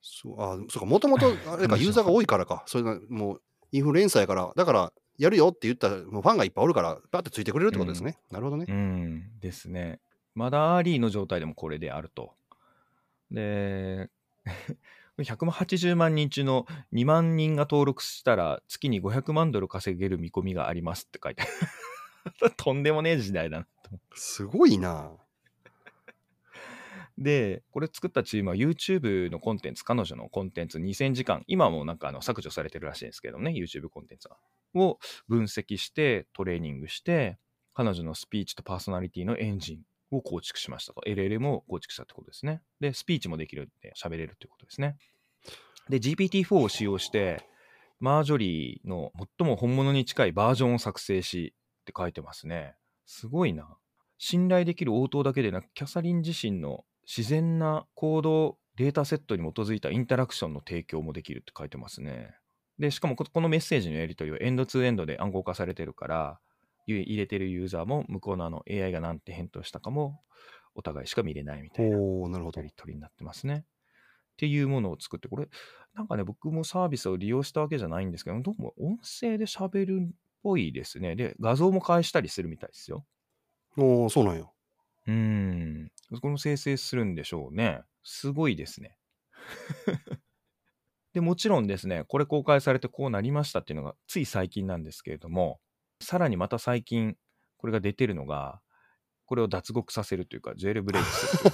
S2: そう、あ、そうか、もと
S1: (laughs)
S2: もと、あれか、ユーザーが多いからか。それな、もう、インフルエンサーやから、だから、やるよって言ったら、もうファンがいっぱいおるから、バーってついてくれるってことですね。なるほどね。
S1: うんですね。まだアーリーの状態でもこれであると。で、180万人中の2万人が登録したら月に500万ドル稼げる見込みがありますって書いてある。 (laughs) とんでもねえ時代だなと思
S2: すごいな。
S1: う。で、これ作ったチームは YouTube のコンテンツ、彼女のコンテンツ2000時間、今もなんかあの削除されてるらしいんですけどね、YouTube コンテンツは。を分析して、トレーニングして、彼女のスピーチとパーソナリティのエンジンを構築しましたと。LLM を構築したってことですね。で、スピーチもできるって喋れるってことですね。で、GPT-4 を使用して、マージョリーの最も本物に近いバージョンを作成しって書いてますね。すごいな。信頼できる応答だけでなく、キャサリン自身の自然な行動、データセットに基づいたインタラクションの提供もできるって書いてますね。で、しかもここのメッセージのやり取りはエンドツーエンドで暗号化されてるから、ゆ入れてるユーザーも向こうのあの AI がなんて返答したかもお互いしか見れないみたいな。
S2: おおなるほど
S1: や。り取りになってますね。っていうものを作って、これ、なんかね、僕もサービスを利用したわけじゃないんですけど、どうも音声で喋るっぽいですね。で、画像も返したりするみたいですよ。
S2: おおそうなんや。
S1: うーん。この生成するんでしょうね。すごいですね。で、もちろんですね、これ公開されてこうなりましたっていうのが、つい最近なんですけれども、さらにまた最近、これが出てるのが、これを脱獄させるというか、ジュエルブレイクする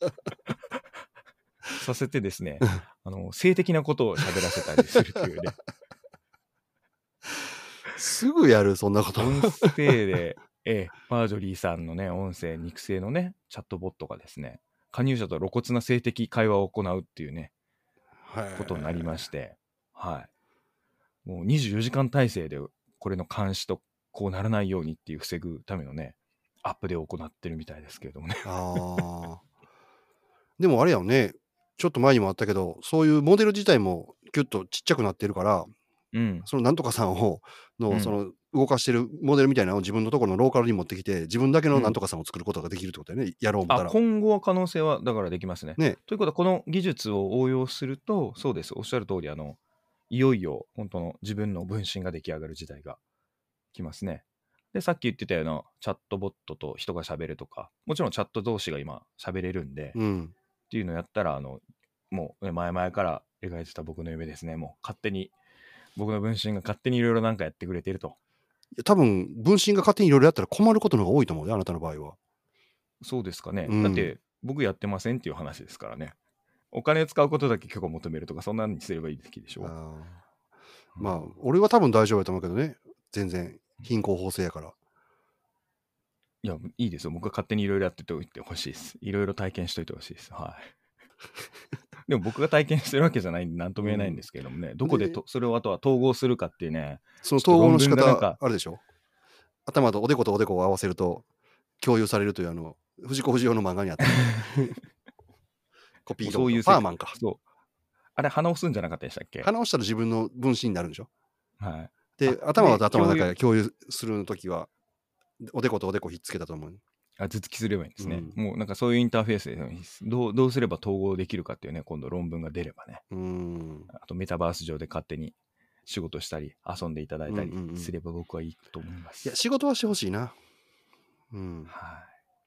S1: というさせてですね、あの、性的なことを喋らせたりするというね、
S2: すぐやる、そんなこと。 (laughs)
S1: 音声で、ええ、マージョリーさんのね、音声、肉声のね、チャットボットがですね、加入者と露骨な性的会話を行うっていうね、ことになりま
S2: し
S1: して、はい。もう24時間体制で、これの監視とこうならないようにっていう防ぐためのね、アップデートを行ってるみたいですけれどもね。
S2: た。ああ。でもあれやよね。ちょっと前にもあったけど、そういうモデル自体もキュッとちっちゃくなってるから、
S1: うん。
S2: そのなんとかさんをの、
S1: うん
S2: その動かしてるモデルみたいなのを自分のところのローカルに持ってきて、自分だけの
S1: うん
S2: なんとかさんを作ることができるってことだよね、やろう思った
S1: あ
S2: ら。
S1: 今後は可能性はだからできますね。
S2: ね
S1: ということはこの技術を応用するとそうですおっしゃる通りあのいよいよ本当の自分の分身が出来上がる時代が来ますね。でさっき言ってたようなチャットボットと人が喋るとかもちろんチャット同士が今喋れるんで、っ
S2: うん。
S1: ていうのをやったらあのもうね前々から描いてた僕の夢ですねもう勝手に僕の分身が勝手にいろいろなんかやってくれてると
S2: いや多分、分身が勝手にいろいろやったら困ることの方が多いと思うよ、あなたの場合は。
S1: そうですかね、
S2: うん
S1: だって僕やってませんっていう話ですからねお金使うことだけ許可求めるとかそんなにすればいいべきでしょう
S2: あーまあ、俺は多分大丈夫やと思うけどね、全然、貧困法制やから。
S1: いやいいですよ僕は勝手にいろいろやってておいてほしいですいろいろ体験しといてほしいですはい (laughs) でも僕が体験してるわけじゃないんで何とも言えないんですけれどもね、どこでとそれをあとは統合するかっていうね
S2: その統合の仕
S1: ちょっと論文がなん
S2: 方
S1: か、
S2: あれでしょ頭とおでことおでこを合わせると、共有されるという、あの、藤子不二雄の漫
S1: (laughs)
S2: 画にあった。コピー
S1: そ
S2: と
S1: ういう世界
S2: パーマンか。
S1: そうあれ鼻を押すんじゃなかったでしたっけ
S2: 鼻をしたら自分の分身になるんでしょ
S1: はい
S2: で、
S1: あ
S2: 頭は
S1: ね
S2: 頭の
S1: 共有
S2: 中で共有するときは、おでことおでこひっつけたと思う。
S1: あ頭突きすればいいんですね、
S2: う
S1: もうなんかそういうインターフェースでどうどうすれば統合できるかっていうね今度論文が出ればね
S2: うーん。
S1: あとメタバース上で勝手に仕事したり遊んでいただいたり
S2: うんうんうん
S1: すれば僕はいいと思います。
S2: いや、仕事はしてほしいな。うん。
S1: はい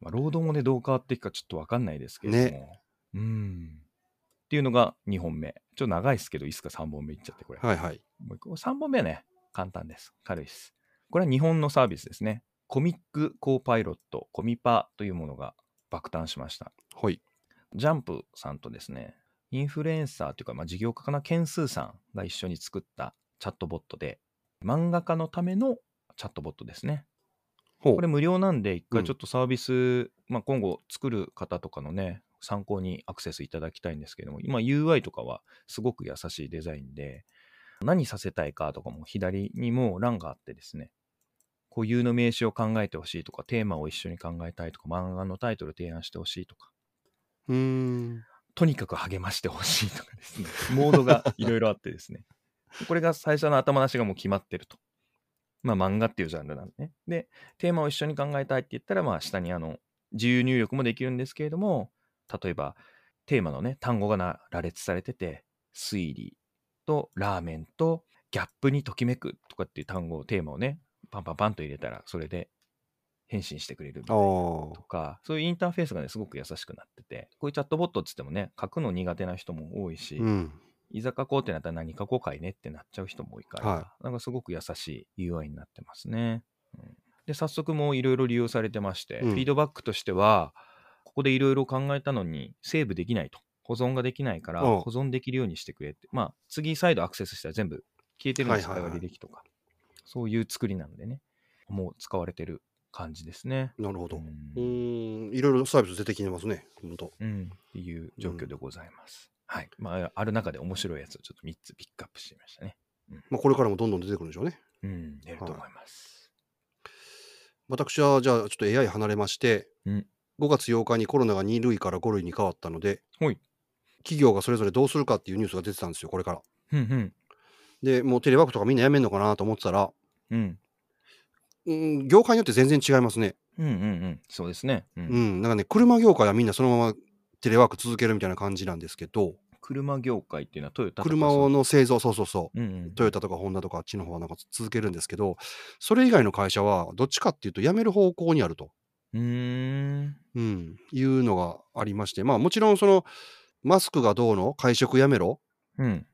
S1: まあ、労働もねどう変わっていくかちょっと分かんないですけれども。うんっていうのが2本目。ちょっと長いですけどいいっすか3本目いっちゃってこれ。
S2: はいはい。
S1: もう一個3本目はね簡単です。軽いです。これは日本のサービスですね。コミックコーパイロットコミパというものが爆誕しました。
S2: ほい。
S1: ジャンプさんとですね、インフルエンサーというか、まあ、事業家かな、ケンスーさんが一緒に作ったチャットボットで、漫画家のためのチャットボットですね。
S2: ほう
S1: これ無料なんで、一
S2: う
S1: 回
S2: ん
S1: ちょっとサービス、まあ、今後作る方とかのね、参考にアクセスいただきたいんですけども、今 UI とかはすごく優しいデザインで、何させたいかとかも左にもう欄があってですね、固有の名詞を考えてほしいとか、テーマを一緒に考えたいとか、漫画のタイトル提案してほしいとか、
S2: うーん。
S1: とにかく励ましてほしいとかですね、モードがいろいろあってですね。これが最初の頭出しがもう決まってると。まあ漫画っていうジャンルなんでね。で、テーマを一緒に考えたいって言ったら、まあ下にあの、自由入力もできるんですけれども、例えば、テーマのね、単語がな羅列されてて、推理とラーメンとギャップにときめくとかっていう単語、テーマをね、パンパンパンと入れたら、それで返信してくれるみたいな
S2: お
S1: とか、そういうインターフェースがね、すごく優しくなってて、こういうチャットボットっつってもね、書くの苦手な人も多いし、
S2: うん。
S1: いざ書こうってなったら何書こうかいねってなっちゃう人も多いから、
S2: は
S1: なんかすごく優しい UI になってますね。うんで、早速もういろいろ利用されてまして、
S2: うん
S1: フィードバックとしては、ここでいろいろ考えたのにセーブできないと。保存ができないから
S2: おう
S1: 保存できるようにしてくれって。まあ、次再度アクセスしたら全部消えてるんですよ、
S2: はいはいは
S1: 会
S2: い
S1: 話履歴とか。そういう作りなんでね、もう使われてる感じですね。
S2: なるほど。
S1: う
S2: うんーん。いろいろサービス出てきてますね。本当。
S1: うん、っていう状況でございます。はい。まあ、ある中で面白いやつをちょっと3つピックアップしてみましたね。
S2: まあ、これからもどんどん出てくるんでしょうね。
S1: うん、出ると思います。
S2: 私はじゃあちょっと AI 離れまして、
S1: うん
S2: 5月8日にコロナが2類から5類に変わったので、
S1: はい
S2: 企業がそれぞれどうするかっていうニュースが出てたんですよこれから。
S1: うん、うん、
S2: でもうテレワークとかみんなやめんのかなと思ってたら、
S1: うん、
S2: うん、業界によって全然違いますね、
S1: うん、うん、うん、そうですね。うん。
S2: うん。なんかね車業界はみんなそのままテレワーク続けるみたいな感じなんですけど
S1: 車業界っていうのはトヨタとか
S2: 車を、の製造そうそうそう。
S1: うん、うん、
S2: トヨタとかホンダとかあっちの方はなんか続けるんですけどそれ以外の会社はどっちかっていうと辞める方向にあると
S1: うーん、
S2: うん、いうのがありまして、まあもちろんそのマスクがどうの、会食やめろ、
S1: うん、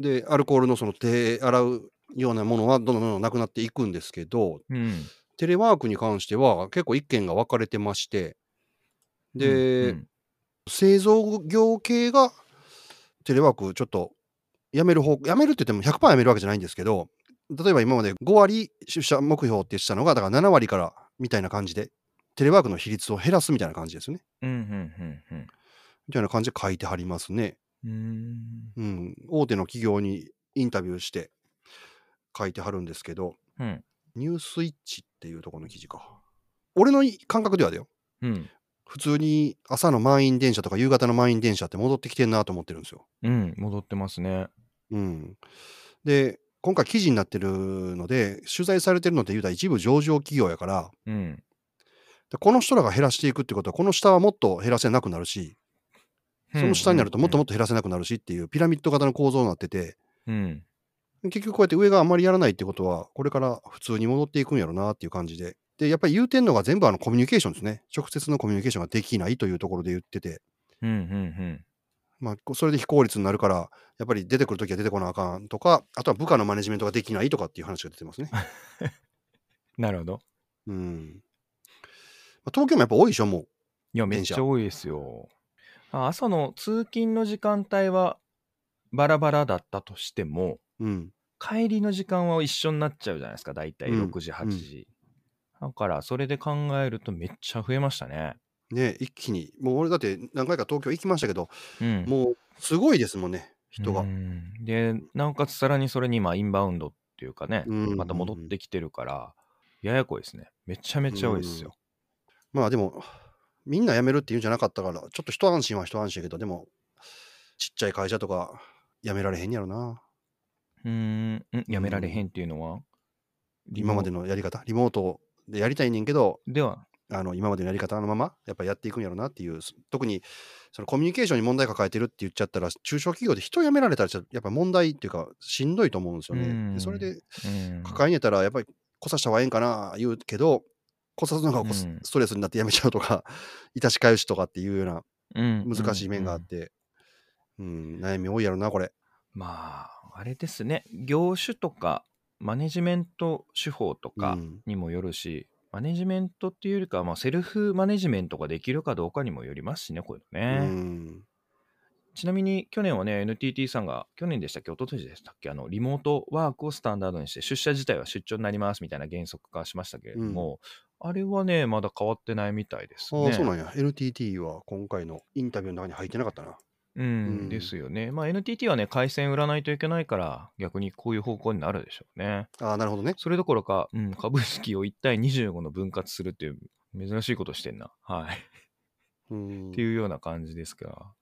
S2: で、アルコールのその手洗うようなものはどんどんどんどんなくなっていくんですけど、
S1: うん。
S2: テレワークに関しては結構意見が分かれてまして、で、
S1: うん
S2: 製造業系がテレワークちょっとやめる方、やめるって言っても100%やめるわけじゃないんですけど、例えば今まで5割出社目標ってしたのが、だから7割からみたいな感じで、テレワークの比率を減らすみたいな感じですよね。
S1: うん、うん、うん、
S2: みたいな感じで書いてはりますね。
S1: うん。うーん、
S2: うん、大手の企業にインタビューして書いてはるんですけど、
S1: うん、
S2: ニュースイッチっていうところの記事か。俺のい感覚ではだよ。
S1: うん、
S2: 普通に朝の満員電車とか夕方の満員電車って戻ってきてんなと思ってるんですよ。
S1: うん、戻ってますね。
S2: うん、で、今回記事になってるので、取材されてるのって言うたら一部上場企業やから、
S1: うん、
S2: でこの人らが減らしていくってことは、この下はもっと減らせなくなるし、その下になるともっともっ
S1: っ
S2: と減らせなくなるしっていうピラミッド型の構造になってて、
S1: と。うん、
S2: 結局こうやって上があんまりやらないってことは、これから普通に戻っていくんやろなっていう感じで。で、やっぱり言うてんのが全部あのコミュニケーションですね。直接のコミュニケーションができないというところで言ってて、
S1: うん、うん、
S2: まあ、こうそれで非効率になるから、やっぱり出てくるときは出てこなあかんとか、あとは部下のマネジメントができないとかっていう話が出て
S1: (laughs)
S2: ますね。
S1: うん。なるほど。
S2: うん。まあ、東京もやっぱ多いでしょ、も
S1: いや、めっ
S2: 電
S1: ち
S2: 車
S1: ゃ多いですよ。あ朝の通勤の時間帯はバラバラだったとしても、
S2: う。うん。
S1: 帰りの時間は一緒になっちゃうじゃないですか、だいたい
S2: うん
S1: 6時、8時。だから、それで考えるとめっちゃ増えましたね。
S2: ね一気に。もう俺だって何回か東京行きましたけど、
S1: うん、
S2: もうすごいですもんね、人が
S1: う。んで、なおかつさらにそれに今、インバウンドっていうかね、
S2: うん
S1: また戻ってきてるから、ややこいですね。めちゃめちゃ多いですよ。
S2: まあでも、みんな辞めるっていうんじゃなかったから、ちょっと一安心は一安心やけど、でも、ちっちゃい会社とか辞められへんやろな。
S1: うーん、んやめられへんっていうのは、
S2: 今までのやり方、リモートでやりたいねんけど、
S1: では、
S2: あの今までのやり方のまま、やっぱりやっていくんやろなっていう、す特にそのコミュニケーションに問題抱えてるって言っちゃったら、中小企業で人辞められたら、ちょっとやっぱ問題っていうか、しんどいと思うんですよ
S1: う
S2: ね。
S1: ん
S2: でそれで
S1: うん
S2: 抱えねたら、やっぱり来させた方がええんかな言うけど、来さすのがこう
S1: うん
S2: ストレスになって辞めちゃうとか、 (laughs) いたし返しとかっていうような難しい面があ
S1: う
S2: っ
S1: ん
S2: て、うん悩み多いやろなこれ
S1: まあ、あれですね、業種とか、マネジメント手法と
S2: が、
S1: かにもよるし、マネジメントっていうよりかは、まあ、セルフマネジメントができるかどうかにもよりますしね、こういうのね。
S2: うん
S1: ちなみに、去年はね、NTT さんが、去年でしたっけ、一昨年でしたっけ、あの、リモートワークをスタンダードにして、出社自体は出張になりますみたいな原則化しましたけれども、あれはね、まだ変わってないみたいです
S2: あ
S1: ね。
S2: あそうなんや NTT は今回のインタビューの中に入ってなかったな
S1: うん、
S2: うん
S1: ですよね。まあ、NTT はね、回線売らないといけないから、逆にこういう方向になるでしょうね。
S2: ああなるほどね
S1: それどころか、うん、株式を1対25の分割するっていう、珍しいことしてんな。はい。
S2: うん
S1: っていうような感じですから。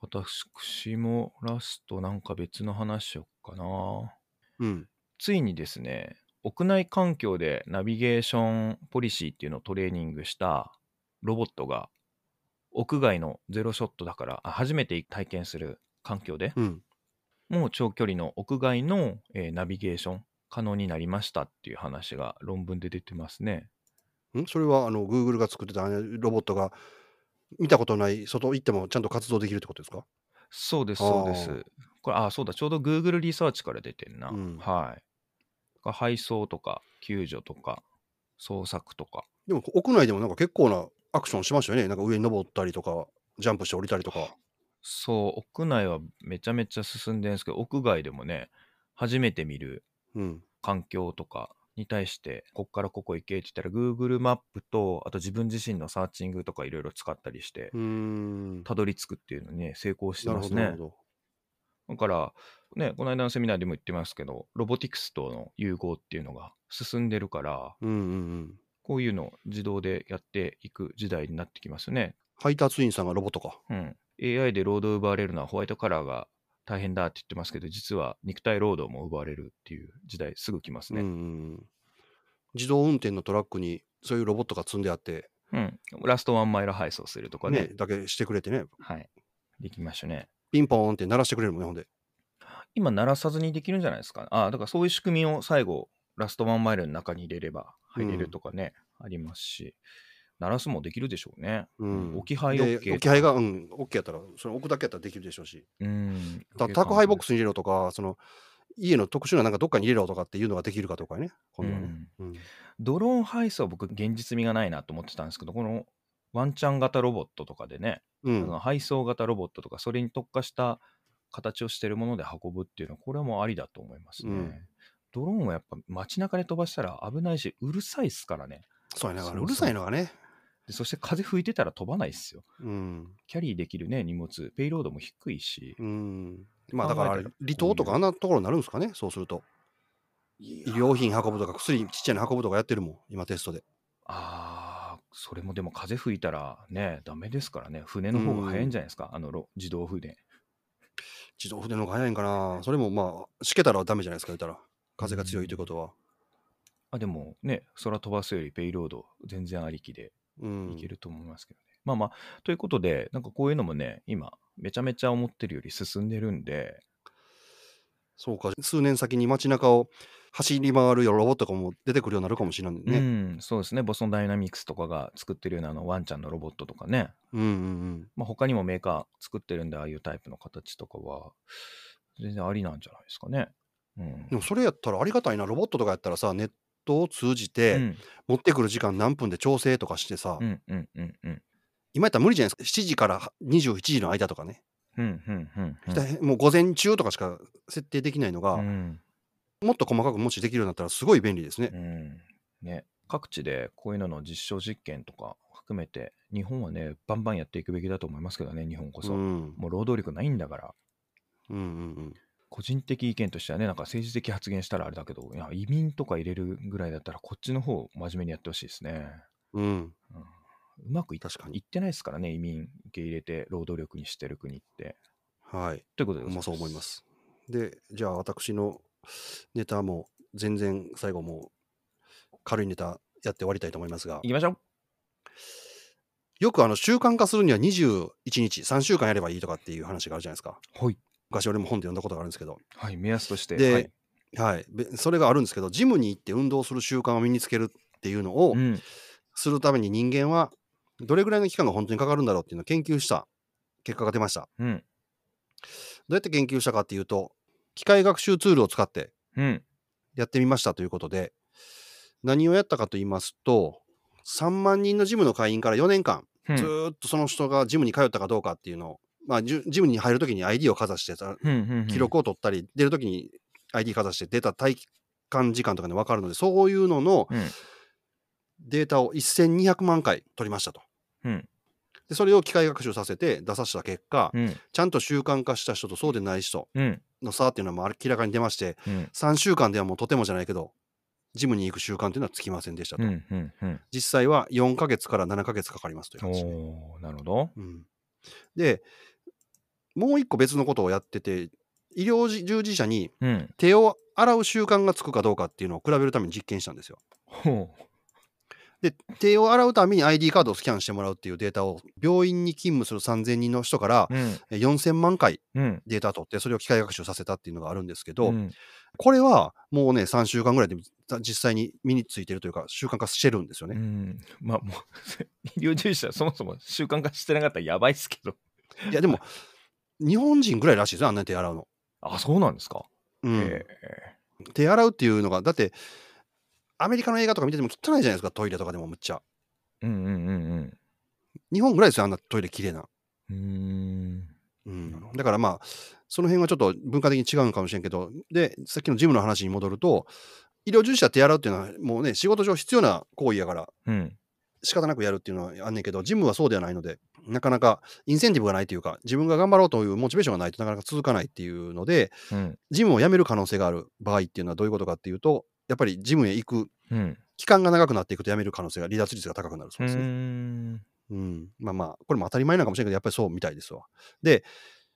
S1: 私もラストなんか別の話しよっかな。
S2: うん
S1: ついにですね、屋内環境でナビゲーションポリシーっていうのをトレーニングしたロボットが屋外のゼロショットだから、あ初めて体験する環境で、
S2: うん。
S1: もう長距離の屋外の、えーナビゲーション可能になりましたっていう話が論文で出てますね。
S2: んそれは、あの、Google が作ってたあのロボットが、見たことない、外行ってもちゃんと活動できるってことですか
S1: そうです、そうで
S2: あー
S1: す。これ、あ、そうだ、ちょうど Google リサーチから出てんな。
S2: うん
S1: はい。配送とか、救助とか、捜索とか。
S2: でも、屋内でもなんか結構なアクションしましたよね。なんか上に登ったりとか、ジャンプして降りたりとか。
S1: そう、屋内はめちゃめちゃ進んでるんですけど、屋外でもね、初めて見る
S2: うん。
S1: 環境とかに対して、こっからここ行けって言ったら、Google マップと、あと自分自身のサーチングとかいろいろ使ったりして
S2: う、ーん。
S1: たどり着くっていうのにね、成功して
S2: なる
S1: ま
S2: ほ
S1: す
S2: ど、なる
S1: ね
S2: ほ。ど。
S1: だから、ね、この間のセミナーでも言ってますけど、ロボティクスとの融合っていうのが進んでるから、
S2: うんうんうん。
S1: こういうのを自動でやっていく時代になってきますよね。
S2: 配達員さんがロボットか。
S1: うん。AI で労働を奪われるのはホワイトカラーが大変だって言ってますけど、実は肉体労働も奪われるっていう時代、すぐ来ます
S2: うんう
S1: ね。
S2: んうん。自動運転のトラックに、そういうロボットが積んであって、
S1: うん。ラストワンマイル配送するとかね。
S2: ね、だけしてくれてね、
S1: はい。できましたね。
S2: ピンポーンって鳴らしてくれるもんね、ほんで。
S1: 今、鳴らさずにできるんじゃないですか。ああ、だからそういう仕組みを最後、ラストワンマイルの中に入れれば入れるとかね、ありますし、鳴らすもできるでしょうね。
S2: うん
S1: 置き配 OK
S2: で
S1: とか
S2: 置き配が、うん、OK やったら、それ置くだけやったらできるでしょうし、
S1: うん。
S2: だから宅配ボック
S1: ス、
S2: スに入れろとか、その家の特殊ななんかどっかに入れろとかっていうのができるかとかね、今度はね。うん
S1: ドローン配送は僕現実味がないなと思ってたんですけどこのワンチャン型ロボットとかでね、
S2: うん
S1: あの配送型ロボットとかそれに特化した形をしてるもので運ぶっていうのはこれはもうありだと思いますね、
S2: うん
S1: ドローンはやっぱ街中で飛ばしたら危ないしうるさいっすからね
S2: そうやねだから
S1: そううそう
S2: るさいのがね、
S1: でそして風吹いてたら飛ばないっすよ
S2: うん
S1: キャリーできるね荷物ペイロードも低いし
S2: うんまあだから
S1: 考え
S2: あれ
S1: たら
S2: 離島とかあんなところになるんですかね、そうすると。医療品運ぶとか、薬ちっちゃいの運ぶとかやってるもん、今テストで。
S1: あーそれもでも風吹いたらねダメですからね船の方が早いんじゃないですか、あのロ自動船
S2: 自動筆の方が早いんかな、それもまあ、しけたらダメじゃないですか、言ったら。風が強いということは。
S1: あでもね、空飛ばすよりペイロード全然ありきで
S2: うん
S1: いけると思いますけどね。まあまあ、ということで、なんかこういうのもね、今、めちゃめちゃ思ってるより進んでるんで、
S2: そうか、数年先に街中を走り回るよロボットとかも出てくるようになるかもしれないね。
S1: うん、そうですね、ボストンダイナミクスとかが作ってるようなあのワンちゃんのロボットとかね、
S2: うんうん
S1: まあ、他にもメーカー作ってるんで、ああいうタイプの形とかは、全然ありなんじゃないですかね。う
S2: うん、で
S1: ん。
S2: もそれやったらありがたいなロボットとかやったらさネットを通じて、
S1: うん、
S2: 持ってくる時間何分で調整とかしてさ、
S1: うん、うん、うん、うん。
S2: 今やったら無理じゃないですか7時から21時の間とかね、
S1: うん、うん、うん。うん
S2: 大変もう午前中とかしか設定できないのが、
S1: うん
S2: もっと細かくもしできるようになったらすごい便利ですね
S1: う。んね、各地でこういうのの実証実験とか含めて、日本はね、バンバンやっていくべきだと思いますけどね、日本こ
S2: うん
S1: そ。
S2: うん
S1: もう労働力ないんだから、
S2: うんうん
S1: 個人的意見としてはね、なんか政治的発言したらあれだけど、いや移民とか入れるぐらいだったら、こっちの方、真面目にやってほしいですね。
S2: うん
S1: うんうまくいっ
S2: 確か
S1: い
S2: に
S1: ってないですからね、移民受け入れて労働力にしてる国って。
S2: はい
S1: ということでご
S2: ほん
S1: ざ
S2: まそう思い
S1: す
S2: ます。で、じゃあ私のネタも全然最後もう軽いネタやって終わりたいと思いますが
S1: い、きましょう。
S2: よくあの習慣化するには21日、3週間やればいいとかっていう話があるじゃないですか。
S1: はい。
S2: 昔俺も本で読んだことがあるんですけど、
S1: はい、目安として。
S2: で
S1: はい
S2: はい、べそれがあるんですけど、ジムに行って運動する習慣を身につけるっていうのを
S1: うん、
S2: するために人間はどれぐらいの期間が本当にかかるんだろうっていうのを研究した結果が出ました。
S1: うん、
S2: どうやって研究したかっていうと、機械学習ツールを使って
S1: うん、
S2: やってみましたということで、何をやったかと言いますと、3万人のジムの会員から4年間、
S1: うん
S2: ずーっとその人がジムに通ったかどうかっていうのを、まあ、ジュジムに入るときに ID をかざして、さ
S1: うん、うん
S2: 記。録を取ったり、出るときに ID かざして、出た体感時間とかで分かるので、そういうのの
S1: うん
S2: データを1200万回取りましたと。
S1: うん
S2: でそれを機械学習させて出させた結果、
S1: うん、
S2: ちゃんと習慣化した人とそうでない人
S1: うん、
S2: の差っていうのはもう明らかに出まして、
S1: うん、
S2: 3週間ではもうとてもじゃないけど、ジムに行く習慣というのはつきませんでしたと。
S1: うん、うん、うん。
S2: 実際は4ヶ月から7ヶ月かかりますという話ね、
S1: おー、なるほど。
S2: うんで、もう一個別のことをやってて、医療じ従事者に
S1: うん。
S2: 手を洗う習慣がつくかどうかっていうのを比べるために実験したんですよ。
S1: ほ
S2: で、手を洗うために ID カードをスキャンしてもらうっていうデータを、病院に勤務する3000人の人から
S1: うん。
S2: え4000万回
S1: うん。
S2: データ取って、それを機械学習させたっていうのがあるんですけど、
S1: うん
S2: これはもうね、3週間ぐらいで実際に身についてるというか、習慣化してるんですよ
S1: う
S2: ね。
S1: ん、まあもう (laughs) 医療従事者そもそも習慣化してなかったらやばいっすけど
S2: いや、でも、日本人ぐらいらしいですよ、あんなに手洗うの。
S1: あそうなんですか、
S2: うん
S1: え
S2: 手洗うっていうのが、だって、アメリカの映画とか見てても汚いじゃないですか、トイレとかでもむっちゃ。
S1: えうんうんうん
S2: 日本ぐらいですよ、あんなトイレ綺麗な。
S1: うんうーん
S2: うん
S1: なるほ、
S2: だからまあ、その辺はちょっと文化的に違うのかもしれんけど、で、さっきのジムの話に戻ると、医療従事者手洗うっていうのは、もうね、仕事上必要な行為やから、
S1: うん
S2: 仕方なくやるっていうのはあんねんけど、ジムはそうではないので、なかなかインセンティブがないというか、自分が頑張ろうというモチベーションがないとなかなか続かないっていうので、
S1: うん
S2: ジムを辞める可能性がある場合っていうのはどういうことかっていうと、やっぱりジムへ行く
S1: うん
S2: 期間が長くなっていくと辞める可能性が、離脱率が高くなるそううですね。
S1: ん
S2: うん、まあまあ、これも当たり前なのかもしれないけど、やっぱりそうみたいですわ。で、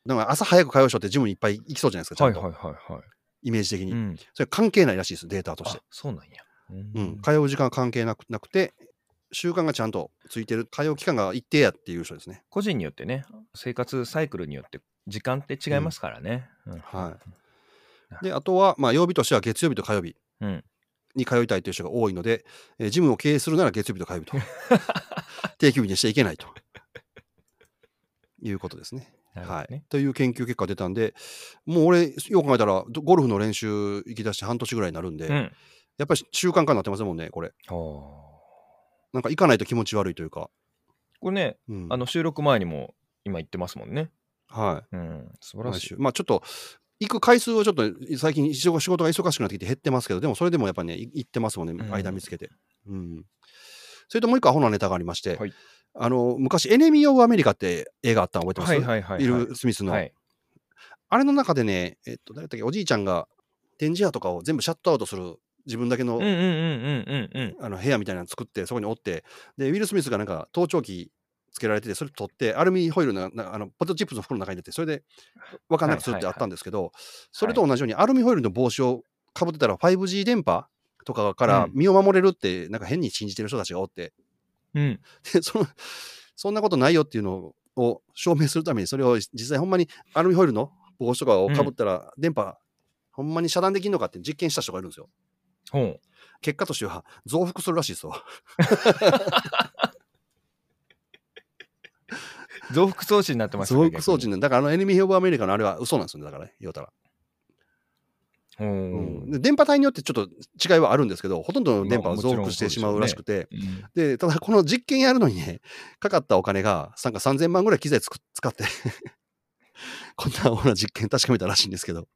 S2: だから朝早く火曜賞ってジムにいっぱい行きそうじゃないですか、ちゃ
S1: はい
S2: んと、
S1: はいはいはい、
S2: イメージ的に、
S1: うん、
S2: それ関係ないらしいです、データとし
S1: あ
S2: て。
S1: そうなんやう
S2: うん、通う時間は関係なくなくて、習慣がちゃんとついてる、通う期間が一定やっていう人ですね。
S1: 個人によってね生活サイクルによって時間って違いますからね、うん
S2: はいで、あとは、まあ、曜日としては月曜日と火曜日
S1: うん
S2: に通いたいという人が多いので、えージムを経営するなら月曜日と火曜日
S1: (laughs)
S2: と、定休日にしていけないと。いうことですね。
S1: なるほど
S2: は
S1: ね
S2: い、という研究結果出たんで、もう俺、よう考えたら、どゴルフの練習行き出して半年ぐらいになるんで、
S1: う
S2: や
S1: ん
S2: っぱり習慣化になってますもんね、これ。
S1: ほ
S2: なんか行かないと気持ち悪いというか。
S1: うこれね
S2: うん、
S1: あの収録前にも今言ってますもんね、
S2: は
S1: うん、素
S2: い。
S1: 晴ら
S2: 毎
S1: しい
S2: 週。まあちょっと、行く回数はちょっと最近仕事仕事が忙しくなってきて減ってますけど、でもそれでもやっぱね、い行ってますもんね
S1: う、ん
S2: 間見つけて。うん。それともう一個アホなネタがありまして、
S1: はい
S2: あの昔、エネミー・オブ・アメリカって映画あったの覚えてます、
S1: はいはいはい、はい、
S2: ビル・スミスの、
S1: はい、
S2: あれの中でね、えっと、誰だっけ、おじいちゃんが展示屋とかを全部シャットアウトする自分だけの,、
S1: うんうんうんうんうんうん
S2: あの部屋みたいなの作って、そこにおって、で、ウィル・スミスがなんか盗聴器つけられてて、それ取って、アルミホイルのなあのポテトチップスの袋の中に入れて、それで分かんなくするってあったんですけど、それと同じようにアルミホイルの帽子をかぶってたら 5G 電波とかから身を守れるって、なんか変に信じてる人たちがおって、
S1: うん
S2: でそのそんなことないよっていうのを証明するためにそれを実際ほんまにアルミホイルの帽子とかをかぶったら電波、ほんまに遮断できるのかって実験した人がいるんですよ
S1: ほう
S2: 結果としては増幅するらしいですわ
S1: 増幅装置になってました
S2: 増幅装置ねだからあのエネミー・オブ・アメリカのあれは嘘なんですよねだからね言うたら、
S1: ほう、
S2: うんんで電波帯によってちょっと違いはあるんですけどほとんどの電
S1: ま
S2: 波
S1: あ
S2: を
S1: もちろ
S2: 増
S1: ん
S2: 幅してしまうらしくて、
S1: うん
S2: で、ただこの実験やるのにね、かかったお金が、なんか3000万ぐらい機材つく使って、 (laughs) こんなアホな実験確かめたらしいんですけど、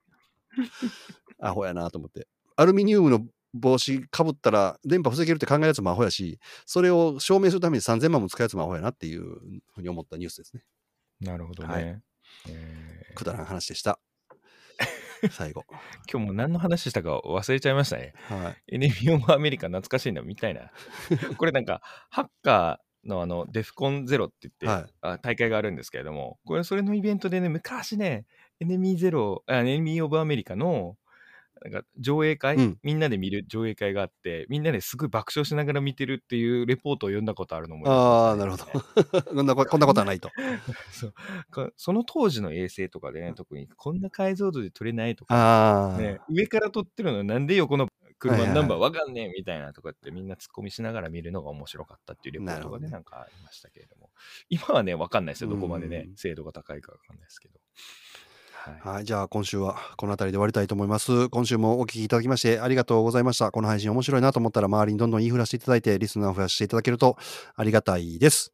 S2: アホやなと思って。アルミニウムの帽子かぶったら電波防げるって考えるやつもアホやし、それを証明するために3000万も使うやつもアホやなっていうふうに思ったニュースですね。
S1: なるほどね、
S2: はい
S1: え
S2: くだらん話でした。最後。
S1: ー今日もう何の話したか忘れちゃいましたね
S2: はい。
S1: エネミオブアメリカ懐かしいなみたい
S2: (laughs)
S1: なこれなんかハッカーのあのデフコンゼロって言って、
S2: はい
S1: あ大会があるんですけれどもこれそれのイベントでね昔ねエネミーゼロあエネミーオブアメリカのなんか上映会、
S2: うん
S1: みんなで見る上映会があってみんなですごい爆笑しながら見てるっていうレポートを読んだことあるのも
S2: ああ、なるほど。 (laughs) こんなここんなことはないと。
S1: (laughs) そうかその当時の衛星とかでね特にこんな解像度で撮れないとか
S2: ああ、
S1: ね、上から撮ってるのなんで横の車
S2: はい
S1: の
S2: はい
S1: ナ
S2: はい
S1: ンバーわかんねえみたいなとかってみんな突っ込みしながら見るのが面白かったっていうレポー
S2: なる
S1: ト
S2: ほ
S1: が
S2: ど
S1: ね
S2: ね
S1: なんかありましたけれども今はねわかんないですよどこまでね
S2: うん
S1: 精度が高いかわかんないですけど、はい、
S2: はい、じゃあ今週はこの辺りで終わりたいと思います。今週もお聞きいただきましてありがとうございました。この配信面白いなと思ったら周りにどんどん言いふらしていただいてリスナーを増やしていただけるとありがたいです。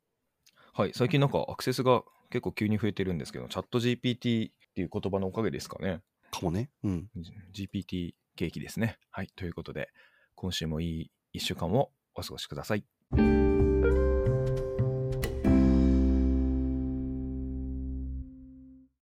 S1: はい、最近なんかアクセスが結構急に増えてるんですけどチャット GPT っていう言葉のおかげですかね
S2: かもね。うん。
S1: GPT 景気ですねはいということで今週もいい1週間をお過ごしください